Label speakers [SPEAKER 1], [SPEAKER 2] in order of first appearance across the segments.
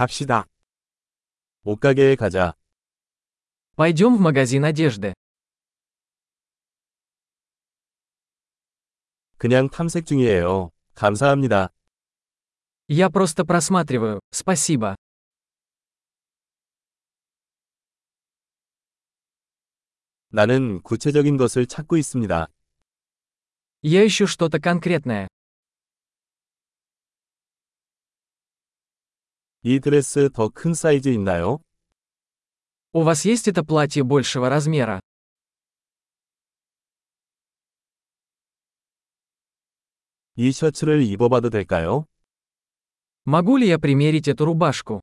[SPEAKER 1] 갑시다. 옷가게에 가자.
[SPEAKER 2] Пойдем в магазин одежды.
[SPEAKER 1] 그냥 탐색 중이에요. 감사합니다.
[SPEAKER 2] Я просто просматриваю, спасибо.
[SPEAKER 1] 나는 구체적인 것을 찾고 있습니다.
[SPEAKER 2] Я ищу что-то конкретное.
[SPEAKER 1] 이 드레스 더 큰 사이즈 있나요?
[SPEAKER 2] У вас есть это платье большего размера?
[SPEAKER 1] 이 셔츠를 입어봐도 될까요?
[SPEAKER 2] Могу ли я примерить эту рубашку?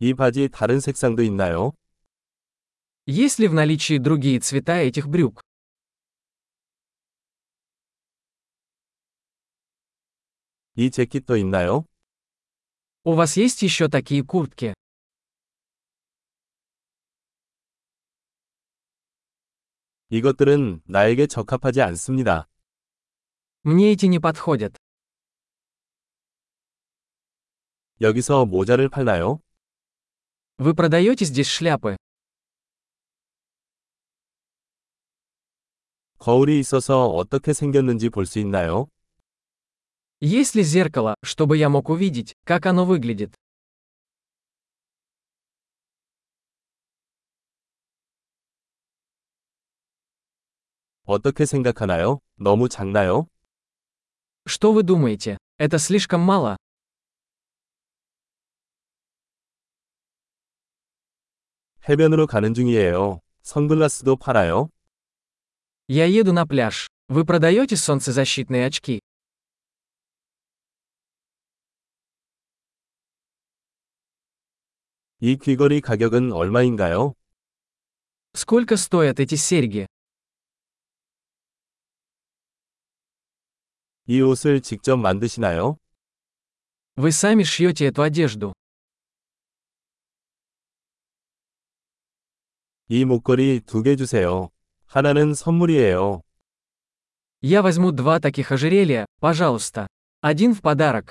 [SPEAKER 1] 이 바지 다른 색상도 있나요?
[SPEAKER 2] Есть ли в наличии другие цвета этих брюк?
[SPEAKER 1] 이 재킷도 있나요?
[SPEAKER 2] У вас есть еще такие куртки?
[SPEAKER 1] 이것들은 나에게 적합하지 않습니다.
[SPEAKER 2] Мне эти не подходят.
[SPEAKER 1] 여기서 모자를 팔나요?
[SPEAKER 2] Вы продаете здесь шляпы?
[SPEAKER 1] 거울이 있어서 어떻게 생겼는지 볼 수 있나요?
[SPEAKER 2] Есть ли зеркало, чтобы я мог увидеть, как оно выглядит?
[SPEAKER 1] 어떻게 생각하나요? 너무 작나요?
[SPEAKER 2] Что вы думаете? Это слишком мало?
[SPEAKER 1] 해변으로 가는 중이에요. 선글라스도 팔아요?
[SPEAKER 2] Я еду на пляж. Вы продаете солнцезащитные очки?
[SPEAKER 1] 이 귀걸이 가격은 얼마인가요?
[SPEAKER 2] Сколько стоят эти серьги?
[SPEAKER 1] 이 옷을 직접 만드시나요?
[SPEAKER 2] Вы сами шьете эту одежду.
[SPEAKER 1] 이 목걸이 두 개 주세요. 하나는 선물이에요.
[SPEAKER 2] Я возьму два таких ожерелья, пожалуйста. Один в подарок.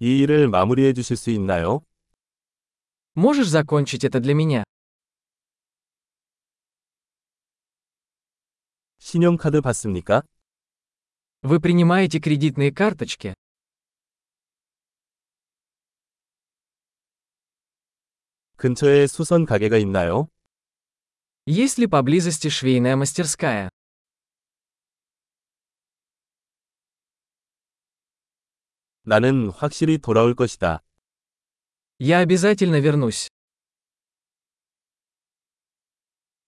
[SPEAKER 1] 이 일을 마무리해 주실 수 있나요?
[SPEAKER 2] Можешь закончить это для меня?
[SPEAKER 1] 신용카드 받습니까?
[SPEAKER 2] Вы принимаете кредитные карточки?
[SPEAKER 1] 근처에 수선 가게가 있나요?
[SPEAKER 2] Есть ли поблизости швейная мастерская?
[SPEAKER 1] 나는 확실히 돌아올 것이다.
[SPEAKER 2] Я обязательно вернусь.